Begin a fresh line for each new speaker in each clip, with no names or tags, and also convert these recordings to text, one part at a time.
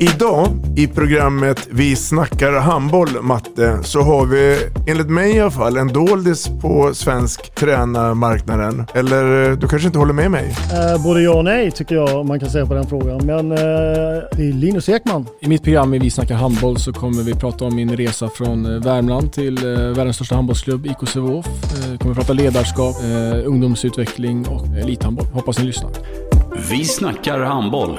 Idag i programmet Vi snackar handboll, Matte, så har vi enligt mig i alla fall en doldis på svensk tränarmarknaden. Eller eh, du kanske inte håller med mig?
Eh, både ja och nej tycker jag man kan säga på den frågan. Men eh, det är Linus Ekman.
I mitt program i Vi snackar handboll så kommer vi prata om min resa från eh, Värmland till eh, världens största handbollsklubb IK Sävehof. Eh, Kommer prata ledarskap, eh, ungdomsutveckling och eh, elithandboll. Hoppas ni lyssnar.
Vi snackar handboll.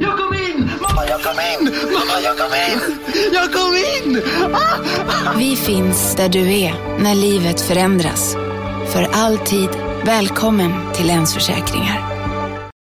Jag kom in! Mamma, jag kom in! Mamma, jag kom in! Jag kom in! Ah!
Vi finns där du är när livet förändras. För alltid välkommen till Länsförsäkringar.